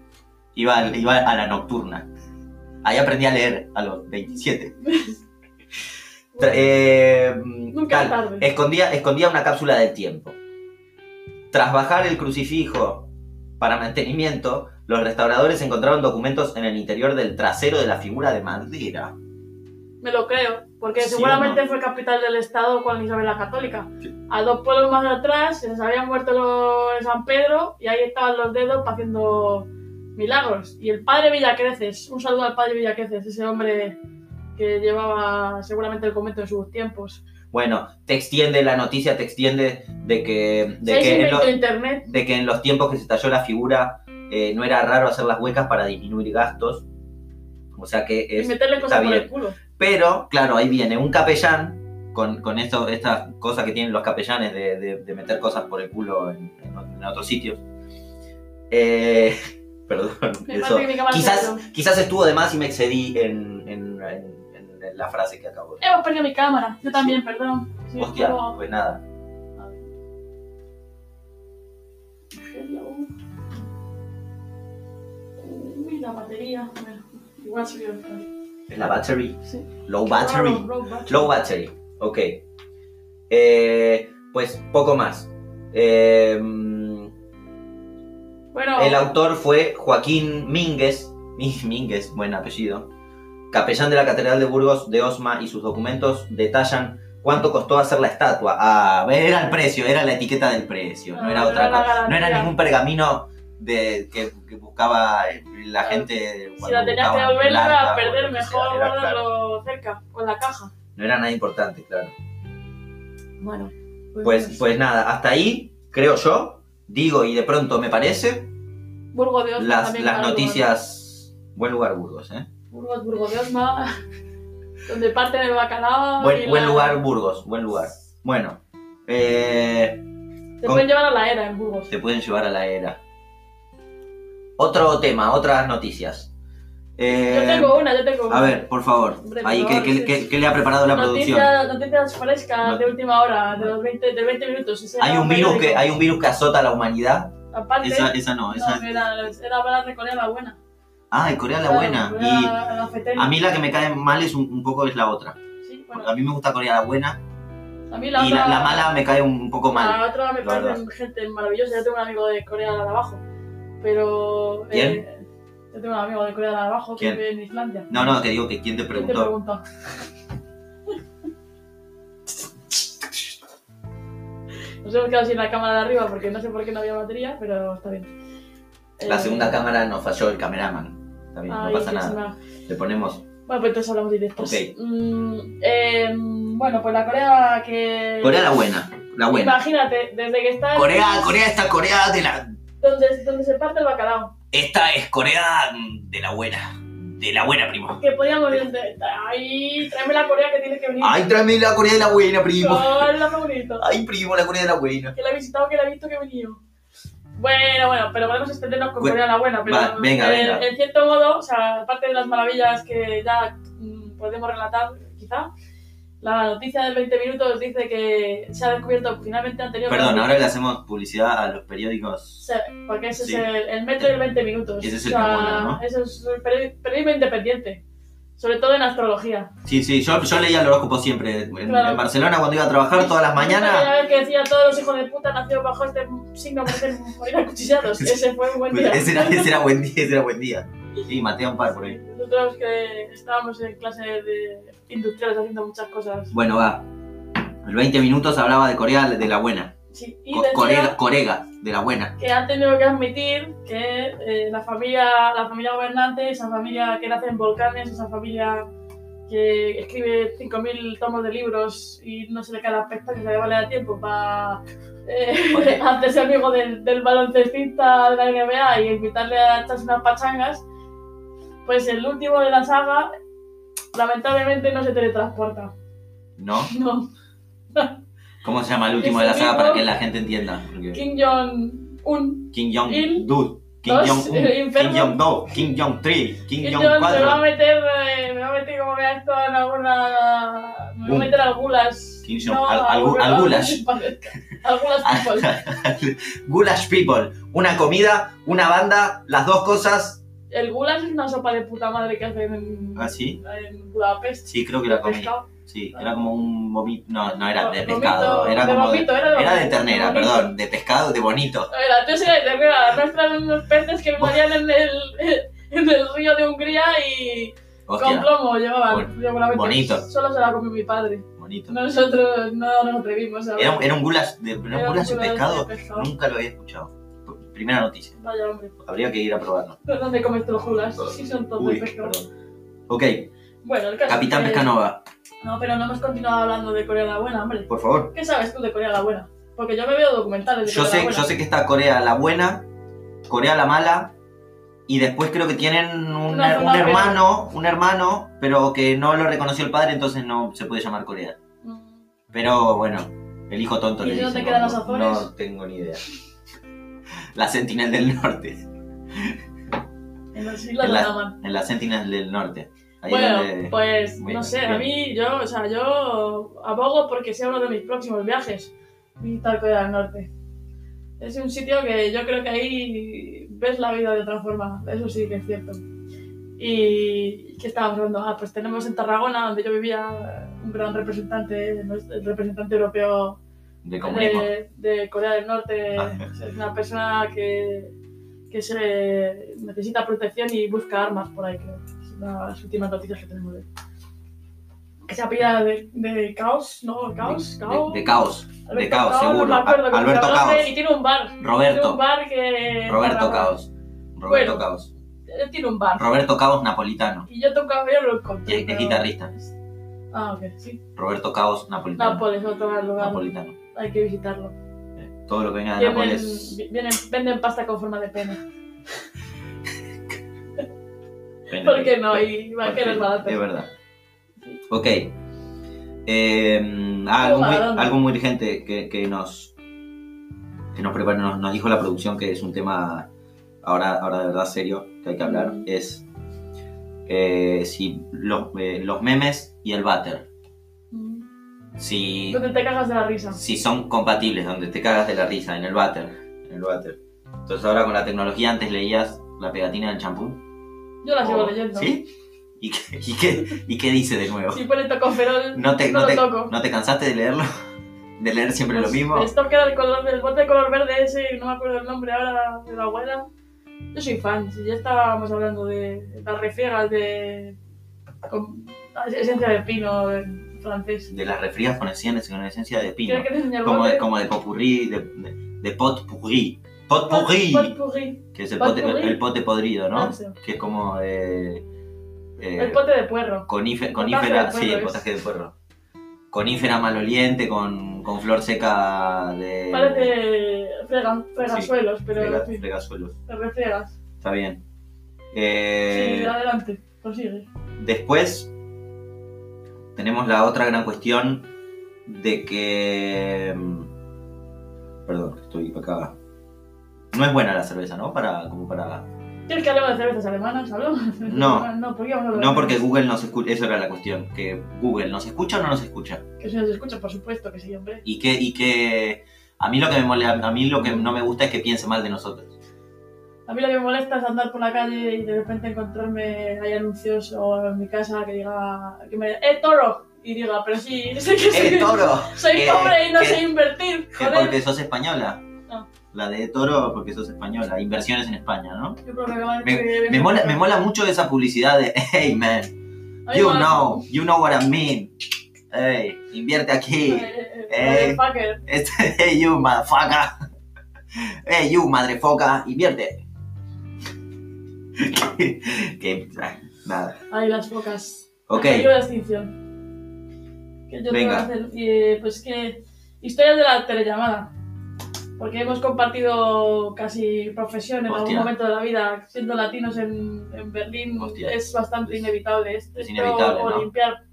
[SPEAKER 2] Iba, al- iba a la nocturna. Ahí aprendí a leer a los 27. Tra- eh,
[SPEAKER 1] Nunca es
[SPEAKER 2] tal,
[SPEAKER 1] tarde.
[SPEAKER 2] escondía, escondía una cápsula del tiempo. Tras bajar el crucifijo para mantenimiento, los restauradores encontraron documentos en el interior del trasero de la figura de madera.
[SPEAKER 1] Me lo creo, porque
[SPEAKER 2] ¿Sí o
[SPEAKER 1] seguramente fue capital del Estado con Isabel la Católica. A dos pueblos más atrás se les habían muerto los de San Pedro y ahí estaban los dedos haciendo Milagros. Y el padre Villacreces. Un saludo al padre Villacreces, ese hombre que llevaba seguramente el comento en sus tiempos.
[SPEAKER 2] Bueno, te extiende la noticia, te extiende de que, de
[SPEAKER 1] Seis
[SPEAKER 2] que, en,
[SPEAKER 1] inventos
[SPEAKER 2] lo-
[SPEAKER 1] de internet.
[SPEAKER 2] de que en los tiempos que se talló la figura eh, no era raro hacer las huecas para disminuir gastos. O sea que
[SPEAKER 1] y
[SPEAKER 2] es
[SPEAKER 1] meterle cosas
[SPEAKER 2] está
[SPEAKER 1] por
[SPEAKER 2] bien.
[SPEAKER 1] el culo.
[SPEAKER 2] Pero, claro, ahí viene un capellán con, con esto, estas cosas que tienen los capellanes de, de- de meter cosas por el culo en, en- en otros sitios. Eh, (laughs) perdón,
[SPEAKER 1] Me
[SPEAKER 2] eso.
[SPEAKER 1] parece que mi cámara se
[SPEAKER 2] Quizás,
[SPEAKER 1] quedó.
[SPEAKER 2] quizás estuvo de más y me excedí en, en- en- en la frase que acabo de
[SPEAKER 1] Hemos perdido mi cámara. Yo también, perdón. Sí,
[SPEAKER 2] Hostia,
[SPEAKER 1] luego-
[SPEAKER 2] pues nada.
[SPEAKER 1] Uy, la batería. Bueno, igual soy yo.
[SPEAKER 2] Es la battery.
[SPEAKER 1] Sí.
[SPEAKER 2] Low battery.
[SPEAKER 1] Wow, wow, battery.
[SPEAKER 2] Low battery, ok. Eh, pues poco más. Eh, el
[SPEAKER 1] Bueno,
[SPEAKER 2] autor fue Joaquín Mínguez, Mi- Mínguez, buen apellido, capellán de la Catedral de Burgos de Osma y sus documentos detallan cuánto costó hacer la estatua. Ah, era el precio, era la etiqueta del precio, no,
[SPEAKER 1] Ah,
[SPEAKER 2] era
[SPEAKER 1] no
[SPEAKER 2] otra
[SPEAKER 1] era la
[SPEAKER 2] cosa. No era
[SPEAKER 1] garantía.
[SPEAKER 2] ningún pergamino de, que, que buscaba eh, la gente.
[SPEAKER 1] si
[SPEAKER 2] cuando
[SPEAKER 1] la tenías que
[SPEAKER 2] buscaban
[SPEAKER 1] devolver, la ibas
[SPEAKER 2] plata
[SPEAKER 1] a
[SPEAKER 2] o
[SPEAKER 1] perder.
[SPEAKER 2] lo que sea,
[SPEAKER 1] Mejor
[SPEAKER 2] era claro.
[SPEAKER 1] guardarlo cerca, con la caja.
[SPEAKER 2] No era nada importante, claro.
[SPEAKER 1] Bueno,
[SPEAKER 2] Pues, pues nada, hasta ahí, creo yo, digo y de pronto me parece,
[SPEAKER 1] Burgo de Osma.
[SPEAKER 2] las,
[SPEAKER 1] también
[SPEAKER 2] las
[SPEAKER 1] para
[SPEAKER 2] noticias. Buen lugar, Burgos, ¿eh?
[SPEAKER 1] Burgos, Burgo de Osma. (laughs) donde parten el bacalao. y
[SPEAKER 2] Buen, buen
[SPEAKER 1] la-
[SPEAKER 2] lugar, Burgos, buen lugar. Bueno, eh,
[SPEAKER 1] Te
[SPEAKER 2] Con-
[SPEAKER 1] pueden llevar a la era en Burgos.
[SPEAKER 2] te pueden llevar a la era. Otro tema, otras noticias. Eh,
[SPEAKER 1] yo tengo una, yo tengo una.
[SPEAKER 2] a ver, por favor,
[SPEAKER 1] Hombre, por
[SPEAKER 2] ahí, ¿qué,
[SPEAKER 1] favor,
[SPEAKER 2] qué-
[SPEAKER 1] sí.
[SPEAKER 2] qué- qué le ha preparado la producción?
[SPEAKER 1] Noticias, noticias frescas
[SPEAKER 2] No-
[SPEAKER 1] de última hora,
[SPEAKER 2] no.
[SPEAKER 1] de los 20, de 20 minutos. ese
[SPEAKER 2] Hay
[SPEAKER 1] era
[SPEAKER 2] un virus que,
[SPEAKER 1] periódico.
[SPEAKER 2] hay un virus que azota a la humanidad.
[SPEAKER 1] Aparte,
[SPEAKER 2] Esa, esa no,
[SPEAKER 1] no,
[SPEAKER 2] esa.
[SPEAKER 1] era, era hablar de Corea la buena.
[SPEAKER 2] Ah, en Corea la buena. Y
[SPEAKER 1] Era la fetén.
[SPEAKER 2] a mí la que me cae mal es un- un poco es la otra.
[SPEAKER 1] Sí,
[SPEAKER 2] Porque a
[SPEAKER 1] bueno,
[SPEAKER 2] mí me gusta Corea la buena
[SPEAKER 1] a mí la
[SPEAKER 2] y
[SPEAKER 1] otra, Ah.
[SPEAKER 2] la, la mala me cae un poco mal.
[SPEAKER 1] La otra me
[SPEAKER 2] la
[SPEAKER 1] parece
[SPEAKER 2] verdad.
[SPEAKER 1] gente maravillosa. Yo tengo un amigo de Corea de abajo. Pero.
[SPEAKER 2] ¿Quién?
[SPEAKER 1] eh, yo tengo un amigo de Corea de abajo que
[SPEAKER 2] ¿Quién?
[SPEAKER 1] vive en Islandia.
[SPEAKER 2] No, no, que digo que quién te
[SPEAKER 1] ¿Quién te
[SPEAKER 2] preguntó.
[SPEAKER 1] preguntó? Nos hemos quedado sin la cámara de arriba porque no sé por qué no había batería, pero está bien.
[SPEAKER 2] La
[SPEAKER 1] Eh,
[SPEAKER 2] segunda cámara nos falló el cameraman. Está bien, no
[SPEAKER 1] ay, sí,
[SPEAKER 2] pasa
[SPEAKER 1] se
[SPEAKER 2] nada.
[SPEAKER 1] me ha-
[SPEAKER 2] Le ponemos.
[SPEAKER 1] Bueno, pues entonces hablamos directos.
[SPEAKER 2] Ok.
[SPEAKER 1] Mm, em, bueno, pues la Corea que.
[SPEAKER 2] Corea la buena. La buena.
[SPEAKER 1] Imagínate, desde que está. en-
[SPEAKER 2] Corea, Corea, esta Corea de la.
[SPEAKER 1] Donde, donde se parte el bacalao.
[SPEAKER 2] Esta es Corea de la buena. De la buena, primo.
[SPEAKER 1] Que podíamos ir. de- Ay, tráeme la Corea que tiene que venir.
[SPEAKER 2] Eh. Ay, tráeme la Corea de la buena, primo.
[SPEAKER 1] Con la favorita.
[SPEAKER 2] Ay, primo, la Corea de la buena.
[SPEAKER 1] Que la he visitado, que la he visto, que he venido. Bueno, bueno, pero podemos extendernos con
[SPEAKER 2] Bueno,
[SPEAKER 1] Corea la buena. Pero
[SPEAKER 2] va, venga,
[SPEAKER 1] en,
[SPEAKER 2] venga.
[SPEAKER 1] en cierto modo, o sea, aparte de las maravillas que ya mm, podemos relatar, quizá. La noticia del 20 minutos dice que se ha descubierto finalmente anterior.
[SPEAKER 2] Perdón, ahora le hacemos publicidad a los periódicos.
[SPEAKER 1] Sí, porque ese
[SPEAKER 2] Sí.
[SPEAKER 1] es el, el metro y el 20 minutos.
[SPEAKER 2] Ese es el
[SPEAKER 1] O sea,
[SPEAKER 2] que mola, ¿no?
[SPEAKER 1] Eso es el peri- periodismo independiente. Sobre todo en astrología.
[SPEAKER 2] Sí, sí, yo, yo leía el horóscopo siempre. En,
[SPEAKER 1] Claro.
[SPEAKER 2] en Barcelona, cuando iba a trabajar todas las mañanas.
[SPEAKER 1] Una vez que decía todos los hijos de puta nacidos bajo este signo merecen morir
[SPEAKER 2] (laughs)
[SPEAKER 1] acuchillados. Ese fue un buen día.
[SPEAKER 2] pues Ese era, ese era buen día, ese era buen día. Sí, maté a un par por ahí.
[SPEAKER 1] Nosotros que estábamos en clase de industriales haciendo muchas cosas.
[SPEAKER 2] Bueno, va. El 20 minutos hablaba de Corea de la buena.
[SPEAKER 1] Sí, y
[SPEAKER 2] Co-
[SPEAKER 1] decía
[SPEAKER 2] Corega, Corega, de la buena.
[SPEAKER 1] que han tenido que admitir que eh, la familia la familia gobernante, esa familia que nace en volcanes, esa familia que escribe 5.000 tomos de libros y no se le cae la pesta que se le va a dar tiempo para
[SPEAKER 2] Oye.
[SPEAKER 1] (laughs) hacerse amigo del, del baloncestista de la NBA y invitarle a echarse unas pachangas, pues el último de la saga lamentablemente no se teletransporta.
[SPEAKER 2] ¿No?
[SPEAKER 1] (laughs) No.
[SPEAKER 2] ¿Cómo se llama el último de la saga para que la gente entienda? Porque
[SPEAKER 1] Kim Jong-un
[SPEAKER 2] Kim
[SPEAKER 1] Il-
[SPEAKER 2] Jong-Dud, Kim
[SPEAKER 1] Dos, eh,
[SPEAKER 2] Jong-1, Kim
[SPEAKER 1] enfermo.
[SPEAKER 2] Jong-2, Kim Jong-3, Kim
[SPEAKER 1] Y yo me va a
[SPEAKER 2] Jong-4,
[SPEAKER 1] meter, eh, me va a meter como vea esto en alguna. Me va
[SPEAKER 2] Boom.
[SPEAKER 1] a meter algunas.
[SPEAKER 2] Kim Jong- al- al- algunas.
[SPEAKER 1] Algunas people.
[SPEAKER 2] Goulash People. Una comida, una banda, las dos cosas.
[SPEAKER 1] El gulas es una
[SPEAKER 2] (laughs)
[SPEAKER 1] sopa de puta madre que hacen en,
[SPEAKER 2] ¿Ah, sí?
[SPEAKER 1] en Budapest.
[SPEAKER 2] Sí, creo que la comí.
[SPEAKER 1] pescado.
[SPEAKER 2] Sí, era como un vomito. No, no era de
[SPEAKER 1] Vomito,
[SPEAKER 2] pescado. Era
[SPEAKER 1] de
[SPEAKER 2] como de-
[SPEAKER 1] vomito, era de,
[SPEAKER 2] Era de
[SPEAKER 1] vomito,
[SPEAKER 2] ternera,
[SPEAKER 1] vomito.
[SPEAKER 2] perdón. De pescado, de bonito.
[SPEAKER 1] No, Era, entonces era de ternera. Arrastran unos peces que morían en el, (laughs) en el río de Hungría y con
[SPEAKER 2] Hostia,
[SPEAKER 1] plomo llevaban.
[SPEAKER 2] Bon-
[SPEAKER 1] Seguramente
[SPEAKER 2] bonito.
[SPEAKER 1] Solo se la comió mi padre.
[SPEAKER 2] bonito.
[SPEAKER 1] Nosotros no nos atrevimos a
[SPEAKER 2] Era, un- era un goulash de, era un
[SPEAKER 1] Era
[SPEAKER 2] goulash de
[SPEAKER 1] gulas
[SPEAKER 2] pescado.
[SPEAKER 1] pescado.
[SPEAKER 2] Nunca lo había escuchado. Primera noticia.
[SPEAKER 1] Vaya hombre.
[SPEAKER 2] Habría que ir a probarlo.
[SPEAKER 1] ¿Pero dónde comes trojulas? Sí, son todos
[SPEAKER 2] Uy,
[SPEAKER 1] de pescado. Eh,
[SPEAKER 2] perdón. Ok,
[SPEAKER 1] Bueno, el caso
[SPEAKER 2] Capitán
[SPEAKER 1] es que-
[SPEAKER 2] Pescanova,
[SPEAKER 1] No, pero no hemos continuado hablando de Corea la Buena, hombre.
[SPEAKER 2] por favor.
[SPEAKER 1] ¿Qué sabes tú de Corea la Buena? Porque yo me veo documentales de
[SPEAKER 2] Yo
[SPEAKER 1] Corea la
[SPEAKER 2] sé,
[SPEAKER 1] Buena.
[SPEAKER 2] yo sé que está Corea la buena, Corea la mala, y después creo que tienen un,
[SPEAKER 1] Una
[SPEAKER 2] un
[SPEAKER 1] zona
[SPEAKER 2] hermano, un hermano, pero que no lo reconoció el padre, entonces no se puede llamar Corea.
[SPEAKER 1] Mm.
[SPEAKER 2] Pero bueno, el hijo tonto
[SPEAKER 1] ¿Y
[SPEAKER 2] le
[SPEAKER 1] de dónde
[SPEAKER 2] dice,
[SPEAKER 1] quedan
[SPEAKER 2] no,
[SPEAKER 1] las Azores?
[SPEAKER 2] No tengo ni idea. La Sentinel del Norte.
[SPEAKER 1] En las islas de
[SPEAKER 2] En la-
[SPEAKER 1] Andaman.
[SPEAKER 2] En la Sentinel del Norte. Ahí
[SPEAKER 1] Bueno,
[SPEAKER 2] donde-
[SPEAKER 1] pues
[SPEAKER 2] Bueno,
[SPEAKER 1] no sé,
[SPEAKER 2] bien.
[SPEAKER 1] a mí yo, o sea, yo abogo porque sea uno de mis próximos viajes, visitar Corea del Norte. Es un sitio que yo creo que ahí ves la vida de otra forma, eso sí que es cierto. ¿Y qué estábamos hablando? Ah, pues tenemos en Tarragona, donde yo vivía, un gran representante, el representante europeo
[SPEAKER 2] de comunismo.
[SPEAKER 1] de, de Corea del Norte.
[SPEAKER 2] Ah.
[SPEAKER 1] Es una persona que, que se necesita protección y busca armas por ahí, creo. Es una de las últimas noticias que tenemos de él. Que se apellida de, de Caos, ¿no? Caos,
[SPEAKER 2] de,
[SPEAKER 1] Caos.
[SPEAKER 2] de caos.
[SPEAKER 1] Alberto
[SPEAKER 2] de Caos,
[SPEAKER 1] no
[SPEAKER 2] seguro.
[SPEAKER 1] me acuerdo
[SPEAKER 2] A-
[SPEAKER 1] cómo se
[SPEAKER 2] Alberto
[SPEAKER 1] llama, no sé,
[SPEAKER 2] Caos.
[SPEAKER 1] Y tiene un bar. Tiene un
[SPEAKER 2] Roberto.
[SPEAKER 1] bar que.
[SPEAKER 2] Roberto
[SPEAKER 1] Tarragona.
[SPEAKER 2] Caos. Roberto
[SPEAKER 1] Bueno.
[SPEAKER 2] Caos.
[SPEAKER 1] Él tiene un bar.
[SPEAKER 2] Roberto Caos napolitano.
[SPEAKER 1] Y yo tocaba yo lo
[SPEAKER 2] Y
[SPEAKER 1] encontré.
[SPEAKER 2] es, es
[SPEAKER 1] pero-
[SPEAKER 2] guitarrista.
[SPEAKER 1] Ah, ok, sí.
[SPEAKER 2] Roberto Caos napolitano.
[SPEAKER 1] Nápoles, otro gran lugar.
[SPEAKER 2] Napolitano.
[SPEAKER 1] Hay que visitarlo.
[SPEAKER 2] Eh, Todo lo que venga de
[SPEAKER 1] Vienen,
[SPEAKER 2] Nápoles.
[SPEAKER 1] vi- vienen- venden pasta con forma de pene.
[SPEAKER 2] ven-
[SPEAKER 1] ¿Por qué no? Y va a
[SPEAKER 2] Porque-
[SPEAKER 1] quedar barato.
[SPEAKER 2] Es verdad.
[SPEAKER 1] Sí.
[SPEAKER 2] Ok. Eh, ah, algo, muy,
[SPEAKER 1] Maradona.
[SPEAKER 2] algo muy urgente que, que nos que nos, prepara- nos nos dijo la producción que es un tema ahora, ahora de verdad serio que hay que hablar
[SPEAKER 1] Mm.
[SPEAKER 2] es eh, si los, eh, los memes y el váter
[SPEAKER 1] Mm.
[SPEAKER 2] si,
[SPEAKER 1] Donde te cagas de la risa.
[SPEAKER 2] si son compatibles donde te cagas de la risa en el váter en el váter entonces ahora con la tecnología antes leías la pegatina del champú
[SPEAKER 1] Yo la sigo
[SPEAKER 2] o-
[SPEAKER 1] leyendo.
[SPEAKER 2] Oh, ¿sí? ¿Y qué, y qué- y qué dice de nuevo?
[SPEAKER 1] Si pone tocoferol,
[SPEAKER 2] ¿No te,
[SPEAKER 1] no lo
[SPEAKER 2] no, te,
[SPEAKER 1] toco.
[SPEAKER 2] ¿No te cansaste de leerlo? ¿De leer siempre lo
[SPEAKER 1] Pues,
[SPEAKER 2] mismo?
[SPEAKER 1] Esto que era el, color, el bote de color verde ese, no me acuerdo el nombre ahora de la abuela. Yo soy fan, si ya estábamos hablando de las refriegas de. con esencia de pino en francés.
[SPEAKER 2] De las refrías con esencia, con esencia de pino.
[SPEAKER 1] ¿Quieres que te enseñe el
[SPEAKER 2] Como
[SPEAKER 1] bote?
[SPEAKER 2] de, como de popurrí, de, de, de pot pourri. Pot
[SPEAKER 1] Pot-
[SPEAKER 2] pourri,
[SPEAKER 1] potpourri,
[SPEAKER 2] que es el
[SPEAKER 1] pot
[SPEAKER 2] pote, el,
[SPEAKER 1] pourri.
[SPEAKER 2] el pote podrido, ¿no?
[SPEAKER 1] no sé.
[SPEAKER 2] Que es como eh, eh,
[SPEAKER 1] El pote de puerro. potaje
[SPEAKER 2] conife- conífera,
[SPEAKER 1] de
[SPEAKER 2] sí,
[SPEAKER 1] puerro,
[SPEAKER 2] el
[SPEAKER 1] es.
[SPEAKER 2] potaje de puerro. Conífera maloliente con, con flor seca de...
[SPEAKER 1] Parece frega, fregasuelos, pero
[SPEAKER 2] eh, frega-
[SPEAKER 1] en fin,
[SPEAKER 2] fregazuelos.
[SPEAKER 1] te refriegas.
[SPEAKER 2] Está bien.
[SPEAKER 1] Sí,
[SPEAKER 2] Eh,
[SPEAKER 1] adelante, prosigue.
[SPEAKER 2] Después tenemos la otra gran cuestión de que... mm, Perdón, que estoy acá. No es buena la cerveza, ¿no? Para, como para...
[SPEAKER 1] ¿Quieres que hablemos de cervezas alemanas? ¿Hablamos de cervezas
[SPEAKER 2] No.
[SPEAKER 1] alemanas? (laughs) No, porque íbamos a hablar
[SPEAKER 2] No
[SPEAKER 1] de
[SPEAKER 2] porque
[SPEAKER 1] cervezas.
[SPEAKER 2] Google nos escucha, eso era la cuestión, que Google nos escucha o no nos escucha.
[SPEAKER 1] Que se nos escucha, por supuesto que sí, hombre.
[SPEAKER 2] Y que, y que a mí lo que me mole- a mí lo que no me gusta es que piense mal de nosotros.
[SPEAKER 1] A mí lo que me molesta es andar por la calle y de repente encontrarme hay anuncios o en mi casa que diga que me ¡Eh, toro! Y diga, pero sí, (laughs) sé que soy,
[SPEAKER 2] (laughs) ¡Eh, toro!
[SPEAKER 1] soy
[SPEAKER 2] Eh,
[SPEAKER 1] pobre y no
[SPEAKER 2] eh,
[SPEAKER 1] sé
[SPEAKER 2] (laughs)
[SPEAKER 1] invertir,
[SPEAKER 2] Que
[SPEAKER 1] joder.
[SPEAKER 2] porque sos española.
[SPEAKER 1] No.
[SPEAKER 2] La de toro porque sos española. Inversiones en España, ¿no?
[SPEAKER 1] Yo creo que acaban
[SPEAKER 2] Me-
[SPEAKER 1] de-
[SPEAKER 2] Me mola, me mola mucho esa publicidad de, (laughs) hey man,
[SPEAKER 1] A mí
[SPEAKER 2] You
[SPEAKER 1] me mola- (laughs)
[SPEAKER 2] know, you know what I mean. Hey, invierte
[SPEAKER 1] Eh,
[SPEAKER 2] aquí.
[SPEAKER 1] eh,
[SPEAKER 2] Eh.
[SPEAKER 1] motherfucker.
[SPEAKER 2] Este, (laughs) hey, you, motherfucker. Hey, you, madrefoca, invierte. (laughs) que, ah, nada.
[SPEAKER 1] Ay, las focas.
[SPEAKER 2] Ok,
[SPEAKER 1] El peligro de extinción. Que yo tengo
[SPEAKER 2] Venga.
[SPEAKER 1] que hacer. y, eh, pues que. Historias de la telellamada. Porque hemos compartido casi profesión en algún
[SPEAKER 2] Hostia.
[SPEAKER 1] momento de la vida. Siendo latinos en, en Berlín
[SPEAKER 2] Hostia.
[SPEAKER 1] es bastante
[SPEAKER 2] Es-
[SPEAKER 1] inevitable. Es, esto
[SPEAKER 2] inevitable,
[SPEAKER 1] o
[SPEAKER 2] ¿no?
[SPEAKER 1] limpiar.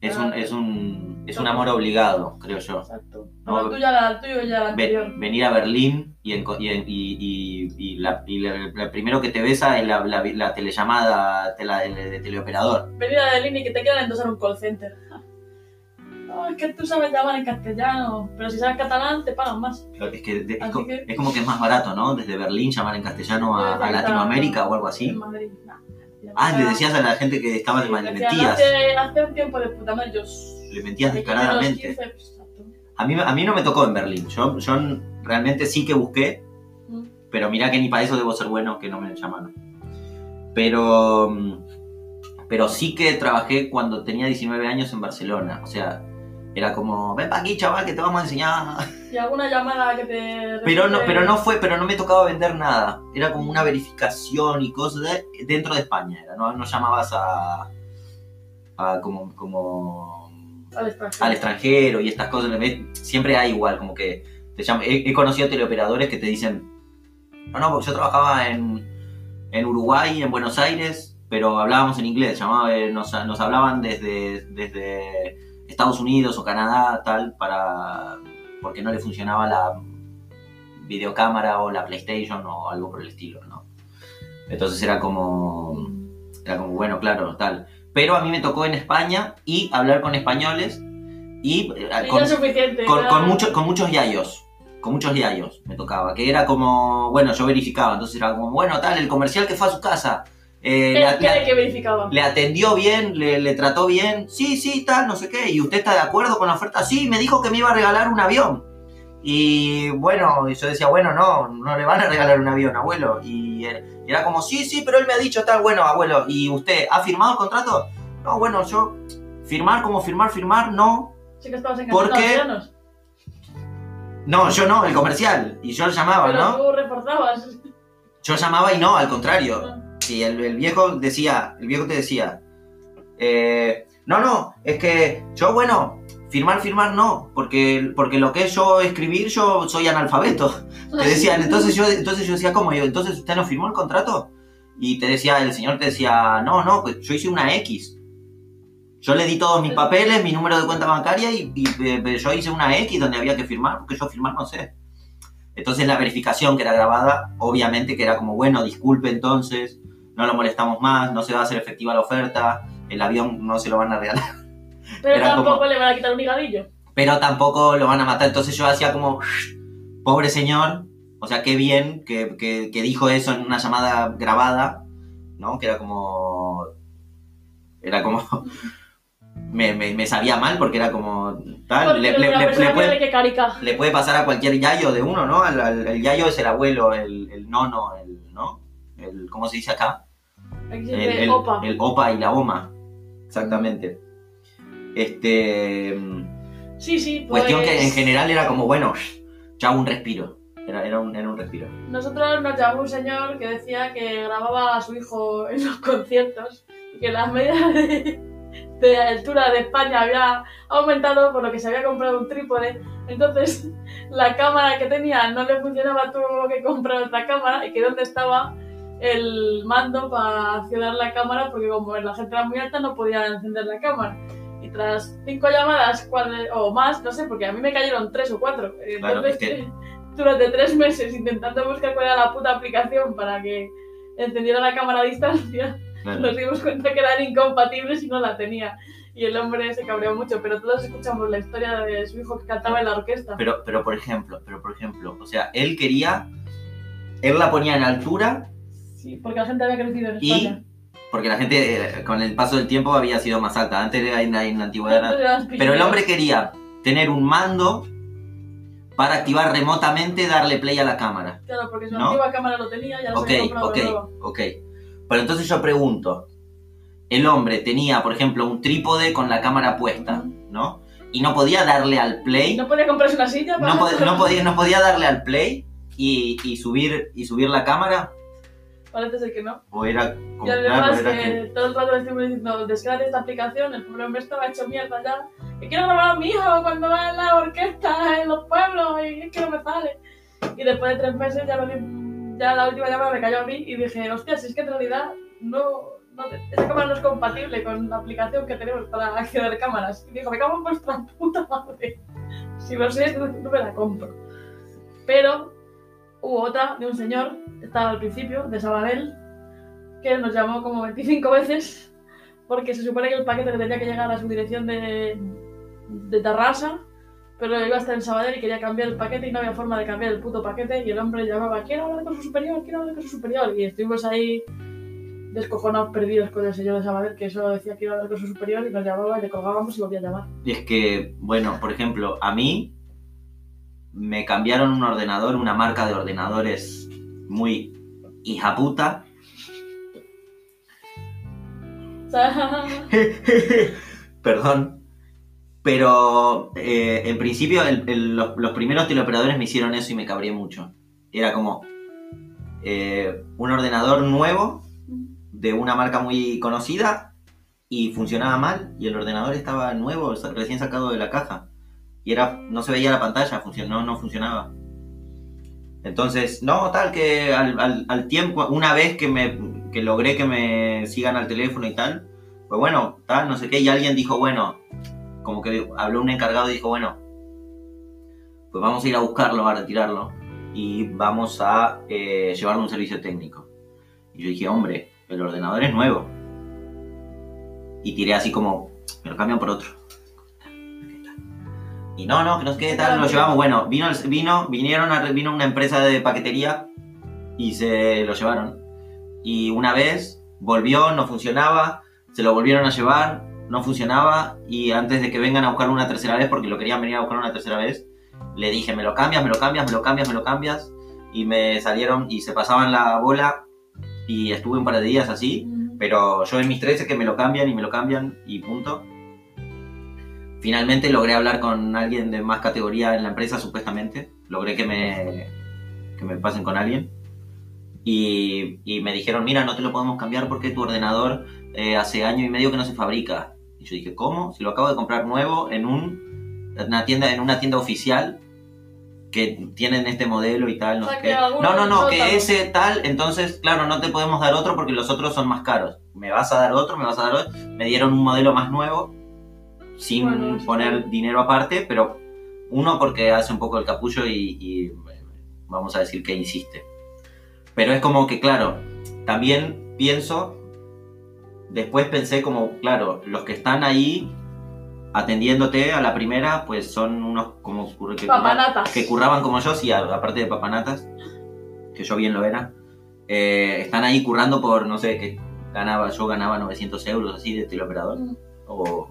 [SPEAKER 2] es un, es un, es un amor obligado, creo yo.
[SPEAKER 1] Exacto.
[SPEAKER 2] No,
[SPEAKER 1] No, tú ya la, el tuyo ya la
[SPEAKER 2] Ve-
[SPEAKER 1] anterior.
[SPEAKER 2] venir a Berlín y, enco- y, y, y, y la, y la- la primero que te besa es la, la, la telellamada te- la de, de teleoperador.
[SPEAKER 1] Venir a Berlín y que te quieran endosar un call center. (laughs) No, es que tú sabes llamar en castellano. Pero si sabes catalán, te pagan más.
[SPEAKER 2] Es, que, de- es
[SPEAKER 1] Así
[SPEAKER 2] co-
[SPEAKER 1] que-
[SPEAKER 2] es como que es más barato, ¿no? Desde Berlín llamar en castellano a, a Latinoamérica o algo así.
[SPEAKER 1] En Madrid. nah.
[SPEAKER 2] Ah, le decías a la gente que estaba de mal, le
[SPEAKER 1] Decían,
[SPEAKER 2] mentías,
[SPEAKER 1] Hace, hace un tiempo de puta madre, yo.
[SPEAKER 2] le mentías
[SPEAKER 1] Yo
[SPEAKER 2] descaradamente.
[SPEAKER 1] tenía los 15, pues, exacto.
[SPEAKER 2] A mí, a mí no me tocó en Berlín, yo, yo realmente sí que busqué,
[SPEAKER 1] Mm.
[SPEAKER 2] pero mirá que ni para eso debo ser bueno que no me llamaron. Pero, mm, pero sí que trabajé cuando tenía 19 años en Barcelona, o sea, Era como, ven pa' aquí, chaval, que te vamos a enseñar.
[SPEAKER 1] Y alguna llamada que te...
[SPEAKER 2] Pero no,
[SPEAKER 1] refiere-
[SPEAKER 2] pero no fue, pero no me tocaba vender nada. Era como una verificación y cosas de- dentro de España. Era, no, no llamabas a, a como, como
[SPEAKER 1] Al extranjero.
[SPEAKER 2] al extranjero y estas cosas. ¿ves? Siempre hay igual, como que te llaman. He, he conocido teleoperadores que te dicen, no, no, porque yo trabajaba en, en Uruguay, en Buenos Aires, pero hablábamos en inglés, llamaba, eh, nos, nos hablaban desde, desde Estados Unidos o Canadá, tal, para porque no le funcionaba la videocámara o la PlayStation o algo por el estilo, ¿no? Entonces era como... Era como, bueno, claro, tal. Pero a mí me tocó en España y hablar con españoles y eh,
[SPEAKER 1] Y ya
[SPEAKER 2] con,
[SPEAKER 1] es suficiente.
[SPEAKER 2] con,
[SPEAKER 1] ya-
[SPEAKER 2] con mucho- con muchos yayos. Con muchos yayos me tocaba. Que era como, bueno, yo verificaba. Entonces era como, bueno, tal, el comercial que fue a su casa. eh,
[SPEAKER 1] ¿Qué,
[SPEAKER 2] la-
[SPEAKER 1] qué
[SPEAKER 2] la-
[SPEAKER 1] de que verificaban?
[SPEAKER 2] le atendió bien, le, le trató bien, sí, sí, tal, no sé qué, y usted está de acuerdo con la oferta, sí, me dijo que me iba a regalar un avión. Y bueno, y yo decía, bueno, no, no le van a regalar un avión, abuelo. Y era y era como, sí, sí, pero él me ha dicho tal, bueno, abuelo, ¿y usted ha firmado el contrato? No, bueno, yo, firmar, como firmar, firmar, no,
[SPEAKER 1] Sí que estabas
[SPEAKER 2] ¿Por
[SPEAKER 1] encantados.
[SPEAKER 2] qué?
[SPEAKER 1] Adrianos.
[SPEAKER 2] no, yo no, el comercial. Y yo le llamaba,
[SPEAKER 1] Pero
[SPEAKER 2] ¿no?
[SPEAKER 1] tú reforzabas.
[SPEAKER 2] Yo llamaba y no, al contrario. Y el, el viejo decía, el viejo te decía, eh, no, no, es que yo, bueno, firmar, firmar no, porque, porque lo que es yo escribir, yo soy analfabeto. Te
[SPEAKER 1] (laughs)
[SPEAKER 2] decían, entonces yo, entonces yo decía, ¿cómo? Yo, entonces usted no firmó el contrato. Y te decía, el señor te decía, no, no, pues yo hice una X. Yo le di todos mis papeles, mi número de cuenta bancaria y, y, eh, yo hice una X donde había que firmar, porque yo firmar no sé. Entonces la verificación que era grabada, obviamente que era como, bueno, disculpe entonces, no lo molestamos más, no se va a hacer efectiva la oferta, el avión no se lo van a regalar,
[SPEAKER 1] Pero
[SPEAKER 2] era
[SPEAKER 1] tampoco
[SPEAKER 2] como-
[SPEAKER 1] le van a quitar un higadillo.
[SPEAKER 2] pero tampoco lo van a matar. Entonces yo hacía como, pobre señor, o sea, qué bien que, que- que dijo eso en una llamada grabada, ¿no? Que era como, era como, (laughs) me, me- me sabía mal porque era como, tal,
[SPEAKER 1] Porque
[SPEAKER 2] Ah, le, le-
[SPEAKER 1] la
[SPEAKER 2] le-
[SPEAKER 1] persona
[SPEAKER 2] le puede-
[SPEAKER 1] tiene que carica.
[SPEAKER 2] le puede pasar a cualquier yayo de uno, ¿no? Al- al- el yayo es el abuelo, el, el nono, el, ¿no? El, ¿Cómo se dice acá?
[SPEAKER 1] Aquí
[SPEAKER 2] El,
[SPEAKER 1] se dice
[SPEAKER 2] el-
[SPEAKER 1] opa.
[SPEAKER 2] el opa y la oma. Exactamente. Este. mm,
[SPEAKER 1] Sí, sí, pues.
[SPEAKER 2] Cuestión que en general era como, bueno, ya un respiro. Era, era un, era un respiro.
[SPEAKER 1] Nosotros nos llamó un señor que decía que grababa a su hijo en los conciertos y que las medidas de, de altura de España había aumentado por lo que se había comprado un trípode. Entonces la cámara que tenía no le funcionaba, tuvo que comprar otra cámara y que dónde estaba el mando para accionar la cámara porque como la gente era muy alta no podía encender la cámara. Y tras cinco llamadas cuál- o más, no sé, porque a mí me cayeron tres o cuatro.
[SPEAKER 2] Claro,
[SPEAKER 1] Entonces,
[SPEAKER 2] es que-
[SPEAKER 1] (laughs) durante tres meses intentando buscar cuál era la puta aplicación para que encendiera la cámara a distancia, (laughs)
[SPEAKER 2] Claro.
[SPEAKER 1] nos dimos cuenta que eran incompatibles y no la tenía. Y el hombre se cabreó mucho, pero todos escuchamos la historia de su hijo que cantaba en la orquesta.
[SPEAKER 2] Pero, pero por ejemplo, pero por ejemplo, o sea, él quería. Él la ponía en altura
[SPEAKER 1] Sí, porque la gente había crecido en
[SPEAKER 2] Y
[SPEAKER 1] España.
[SPEAKER 2] porque la gente eh, con el paso del tiempo había sido más alta. Antes era en la, en la antigüedad. era-
[SPEAKER 1] Entonces eran
[SPEAKER 2] Pero el
[SPEAKER 1] pichones.
[SPEAKER 2] hombre quería tener un mando para activar remotamente, darle play a la cámara.
[SPEAKER 1] Claro, porque su
[SPEAKER 2] ¿No?
[SPEAKER 1] antigua cámara lo tenía, ya lo
[SPEAKER 2] Ok,
[SPEAKER 1] había comprado
[SPEAKER 2] ok,
[SPEAKER 1] de nuevo.
[SPEAKER 2] ok. Pero entonces yo pregunto, el hombre tenía, por ejemplo, un trípode con la cámara puesta, ¿no? Y no podía darle al play.
[SPEAKER 1] ¿No podía comprarse una silla? para- (laughs)
[SPEAKER 2] No, po- no podía, no podía darle al play y, y subir, y subir la cámara.
[SPEAKER 1] Parece ser que no.
[SPEAKER 2] O era como
[SPEAKER 1] Y
[SPEAKER 2] claro,
[SPEAKER 1] además
[SPEAKER 2] era
[SPEAKER 1] que todo el rato le estuvimos diciendo, descarga esta aplicación, el pobre hombre estaba hecho mierda ya. Que quiero grabar a mi hijo cuando va en la orquesta, en los pueblos, y es que no me sale. Y después de tres meses ya, lo di- ya la última llamada me cayó a mí y dije, hostia, si es que en realidad no, no te- esa cámara no es compatible con la aplicación que tenemos para accionar cámaras. Y dijo, me cago en vuestra (laughs) puta madre. Si lo sé, no, no me la compro. Pero hubo otra de un señor, estaba al principio, de Sabadell, que nos llamó como 25 veces porque se supone que el paquete le tenía que llegar a su dirección de, de Tarrasa, pero iba a estar en Sabadell y quería cambiar el paquete y no había forma de cambiar el puto paquete y el hombre llamaba, quiero hablar con su superior, quiero hablar con su superior y estuvimos ahí descojonados, perdidos con el señor de Sabadell que solo decía quiero hablar con su superior y nos llamaba y le colgábamos y lo voy a llamar.
[SPEAKER 2] es que, bueno, por ejemplo, a mí me cambiaron un ordenador, una marca de ordenadores muy hija puta.
[SPEAKER 1] O sea,
[SPEAKER 2] (laughs) Perdón. Pero eh, en principio el- el- los, los primeros teleoperadores me hicieron eso y me cabré mucho. Era como eh, un ordenador nuevo de una marca muy conocida y funcionaba mal y el ordenador estaba nuevo, o sea, recién sacado de la caja. Y era, no se veía la pantalla, funcionó, no funcionaba. Entonces, no, tal que al, al- al tiempo, una vez que, me, que logré que me sigan al teléfono y tal, pues bueno, tal, no sé qué, y alguien dijo, bueno, como que habló un encargado y dijo, bueno, pues vamos a ir a buscarlo, a retirarlo y vamos a eh, llevarlo a un servicio técnico. Y yo dije, hombre, el ordenador es nuevo. Y tiré así como, me lo cambian por otro. Y no, no, que nos quede tal, lo llevamos. Bueno, vino, el- vino, vinieron a- vino una empresa de paquetería y se lo llevaron. Y una vez volvió, no funcionaba, se lo volvieron a llevar, no funcionaba y antes de que vengan a buscarlo una tercera vez, porque lo querían venir a buscar una tercera vez, le dije, me lo cambias, me lo cambias, me lo cambias, me lo cambias y me salieron y se pasaban la bola y estuve un par de días así, pero yo en mis 13 que me lo cambian y me lo cambian y punto. Finalmente logré hablar con alguien de más categoría en la empresa, supuestamente. Logré que me, que me pasen con alguien. Y, y me dijeron, mira, no te lo podemos cambiar porque tu ordenador eh, hace año y medio que no se fabrica. Y yo dije, ¿cómo? Si lo acabo de comprar nuevo en, un, en una, tienda, en una tienda oficial que tienen este modelo y tal. No,
[SPEAKER 1] O sea,
[SPEAKER 2] sé
[SPEAKER 1] que
[SPEAKER 2] qué".
[SPEAKER 1] alguno
[SPEAKER 2] no, no, no,
[SPEAKER 1] usó
[SPEAKER 2] que
[SPEAKER 1] también.
[SPEAKER 2] ese tal, entonces, claro, no te podemos dar otro porque los otros son más caros. Me vas a dar otro, me vas a dar otro. Me dieron un modelo más nuevo sin
[SPEAKER 1] Bueno, sí.
[SPEAKER 2] poner dinero aparte, pero uno porque hace un poco el capullo y, y, bueno, vamos a decir que insiste. Pero es como que, claro, también pienso, después pensé como, claro, los que están ahí atendiéndote a la primera, pues son unos como ocurre que
[SPEAKER 1] Papanatas.
[SPEAKER 2] que curraban como yo, sí, a- aparte de papanatas, que yo bien lo era, eh, están ahí currando por, no sé, que ganaba, yo ganaba 900 euros así de teleoperador,
[SPEAKER 1] Mm.
[SPEAKER 2] o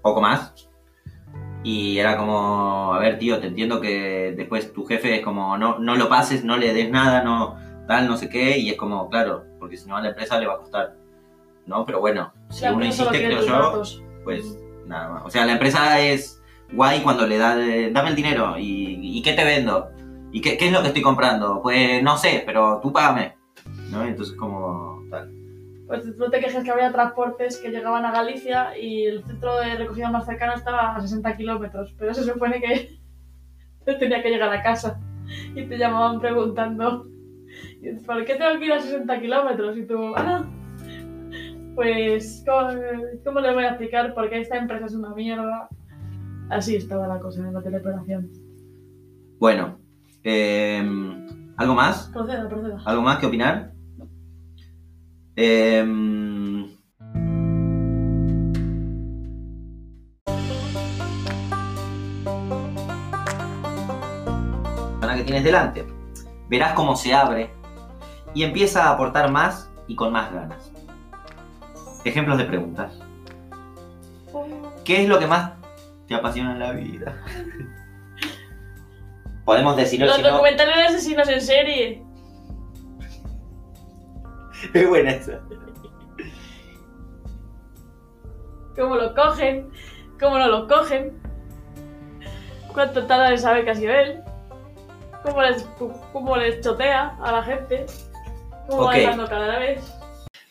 [SPEAKER 2] poco más. Y era como, a ver, tío, te entiendo que después tu jefe es como, no, no lo pases, no le des nada, no tal, no sé qué, y es como, claro, porque si no a la empresa le va a costar, ¿no? Pero bueno, si
[SPEAKER 1] La
[SPEAKER 2] uno
[SPEAKER 1] empresa solo
[SPEAKER 2] insiste,
[SPEAKER 1] quiere
[SPEAKER 2] creo
[SPEAKER 1] tus
[SPEAKER 2] yo,
[SPEAKER 1] datos.
[SPEAKER 2] pues nada más. O sea, la empresa es guay cuando le da, de, dame el dinero y, y qué te vendo y qué, qué es lo que estoy comprando. Pues no sé, pero tú págame. ¿No? Entonces como tal.
[SPEAKER 1] Pues no te quejes que había transportes que llegaban a Galicia y el centro de recogida más cercano estaba a 60 kilómetros, pero se supone que (laughs) yo tenía que llegar a casa y te llamaban preguntando ¿por qué tengo que ir a 60 kilómetros? Y tú, ah, pues ¿cómo, cómo les voy a explicar por qué esta empresa es una mierda? Así estaba la cosa en la teleoperación.
[SPEAKER 2] Bueno, eh, ¿algo más?
[SPEAKER 1] Proceda, proceda.
[SPEAKER 2] ¿Algo más que opinar? Em, persona que tienes delante. Verás cómo se abre y empieza a aportar más y con más ganas. Ejemplos de preguntas. ¿Qué es lo que más te apasiona en la vida? (laughs) Podemos decirlo
[SPEAKER 1] Los
[SPEAKER 2] si no.
[SPEAKER 1] documentales de asesinos en serie.
[SPEAKER 2] Es buena esa.
[SPEAKER 1] cómo lo cogen, cómo no lo cogen, cuánto tarda en saber que ha sido él, cómo les, cómo les chotea a la gente, cómo
[SPEAKER 2] Ok.
[SPEAKER 1] va ganando cada vez.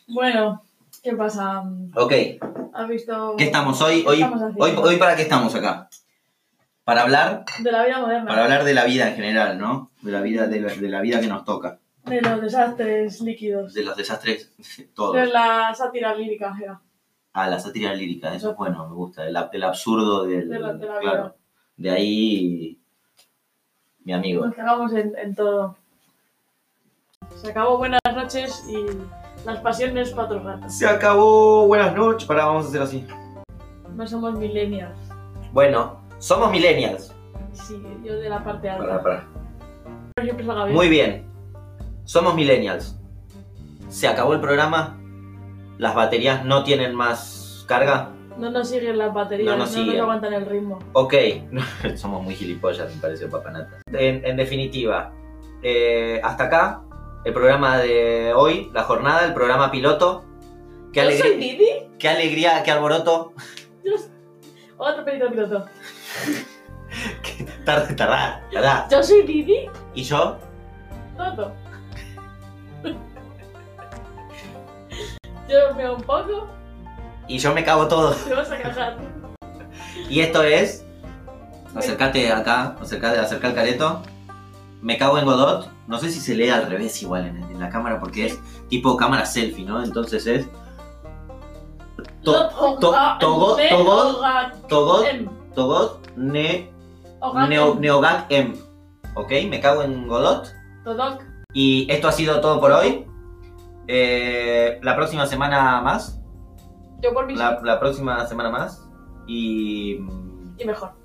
[SPEAKER 1] Bueno, ¿qué pasa?
[SPEAKER 2] Ok,
[SPEAKER 1] ¿Has visto
[SPEAKER 2] ¿Qué estamos hoy? Hoy,
[SPEAKER 1] estamos haciendo?
[SPEAKER 2] hoy, hoy para qué estamos acá? Para hablar,
[SPEAKER 1] de la vida moderna?
[SPEAKER 2] para hablar de la vida en general, ¿no? De la vida, de la, de la vida que nos toca.
[SPEAKER 1] De los desastres líquidos.
[SPEAKER 2] De los desastres, (laughs)
[SPEAKER 1] De
[SPEAKER 2] todos.
[SPEAKER 1] la sátira lírica, era.
[SPEAKER 2] Ah, la sátira lírica, eso es bueno, me gusta. El, ab- el absurdo del.
[SPEAKER 1] De la- de la vida.
[SPEAKER 2] claro. De ahí. Mi amigo.
[SPEAKER 1] Nos cagamos en, en todo. Se acabó buenas noches y las pasiones para otros ratos.
[SPEAKER 2] Se acabó, buenas noches. Para, vamos a hacer así.
[SPEAKER 1] No somos millennials.
[SPEAKER 2] Bueno, somos millennials.
[SPEAKER 1] Sí, yo de la parte alta.
[SPEAKER 2] Para, para.
[SPEAKER 1] Siempre salga bien.
[SPEAKER 2] Muy bien. Somos millennials. Se acabó el programa. Las baterías no tienen más carga.
[SPEAKER 1] No nos siguen las baterías,
[SPEAKER 2] No
[SPEAKER 1] no
[SPEAKER 2] nos
[SPEAKER 1] nos,
[SPEAKER 2] siguen.
[SPEAKER 1] aguantan el ritmo.
[SPEAKER 2] Ok. (laughs) Somos muy gilipollas, me parece, papanata. En, en definitiva, eh, hasta acá el programa de hoy, la jornada, el programa piloto. Qué,
[SPEAKER 1] ¿Yo
[SPEAKER 2] alegría,
[SPEAKER 1] soy Didi?
[SPEAKER 2] (laughs) qué alegría, qué alboroto.
[SPEAKER 1] Yo- Otra película piloto.
[SPEAKER 2] Tarde, tardá, tardá.
[SPEAKER 1] Yo soy Didi
[SPEAKER 2] Y yo,
[SPEAKER 1] Toto. (laughs) Yo me un poco,
[SPEAKER 2] y yo me cago todo.
[SPEAKER 1] te vas a cagar.
[SPEAKER 2] Y esto es. Acercate acá, acercate, acerca el careto. Me cago en Godot. No sé si se lee al revés igual en, en la cámara porque es tipo cámara selfie, ¿no? Entonces es. To-
[SPEAKER 1] Lot-
[SPEAKER 2] to-
[SPEAKER 1] oga-
[SPEAKER 2] togo-
[SPEAKER 1] ne-
[SPEAKER 2] togo-
[SPEAKER 1] oga-
[SPEAKER 2] Togot,
[SPEAKER 1] em,
[SPEAKER 2] Togot, ne,
[SPEAKER 1] oga-
[SPEAKER 2] neo,
[SPEAKER 1] em,
[SPEAKER 2] Neogak Em. Ok, me cago en Godot.
[SPEAKER 1] todoc.
[SPEAKER 2] Y esto ha sido todo por hoy. Eh, la próxima semana más.
[SPEAKER 1] Yo por mí
[SPEAKER 2] La, la próxima semana más. Y. mm,
[SPEAKER 1] sí, y mejor.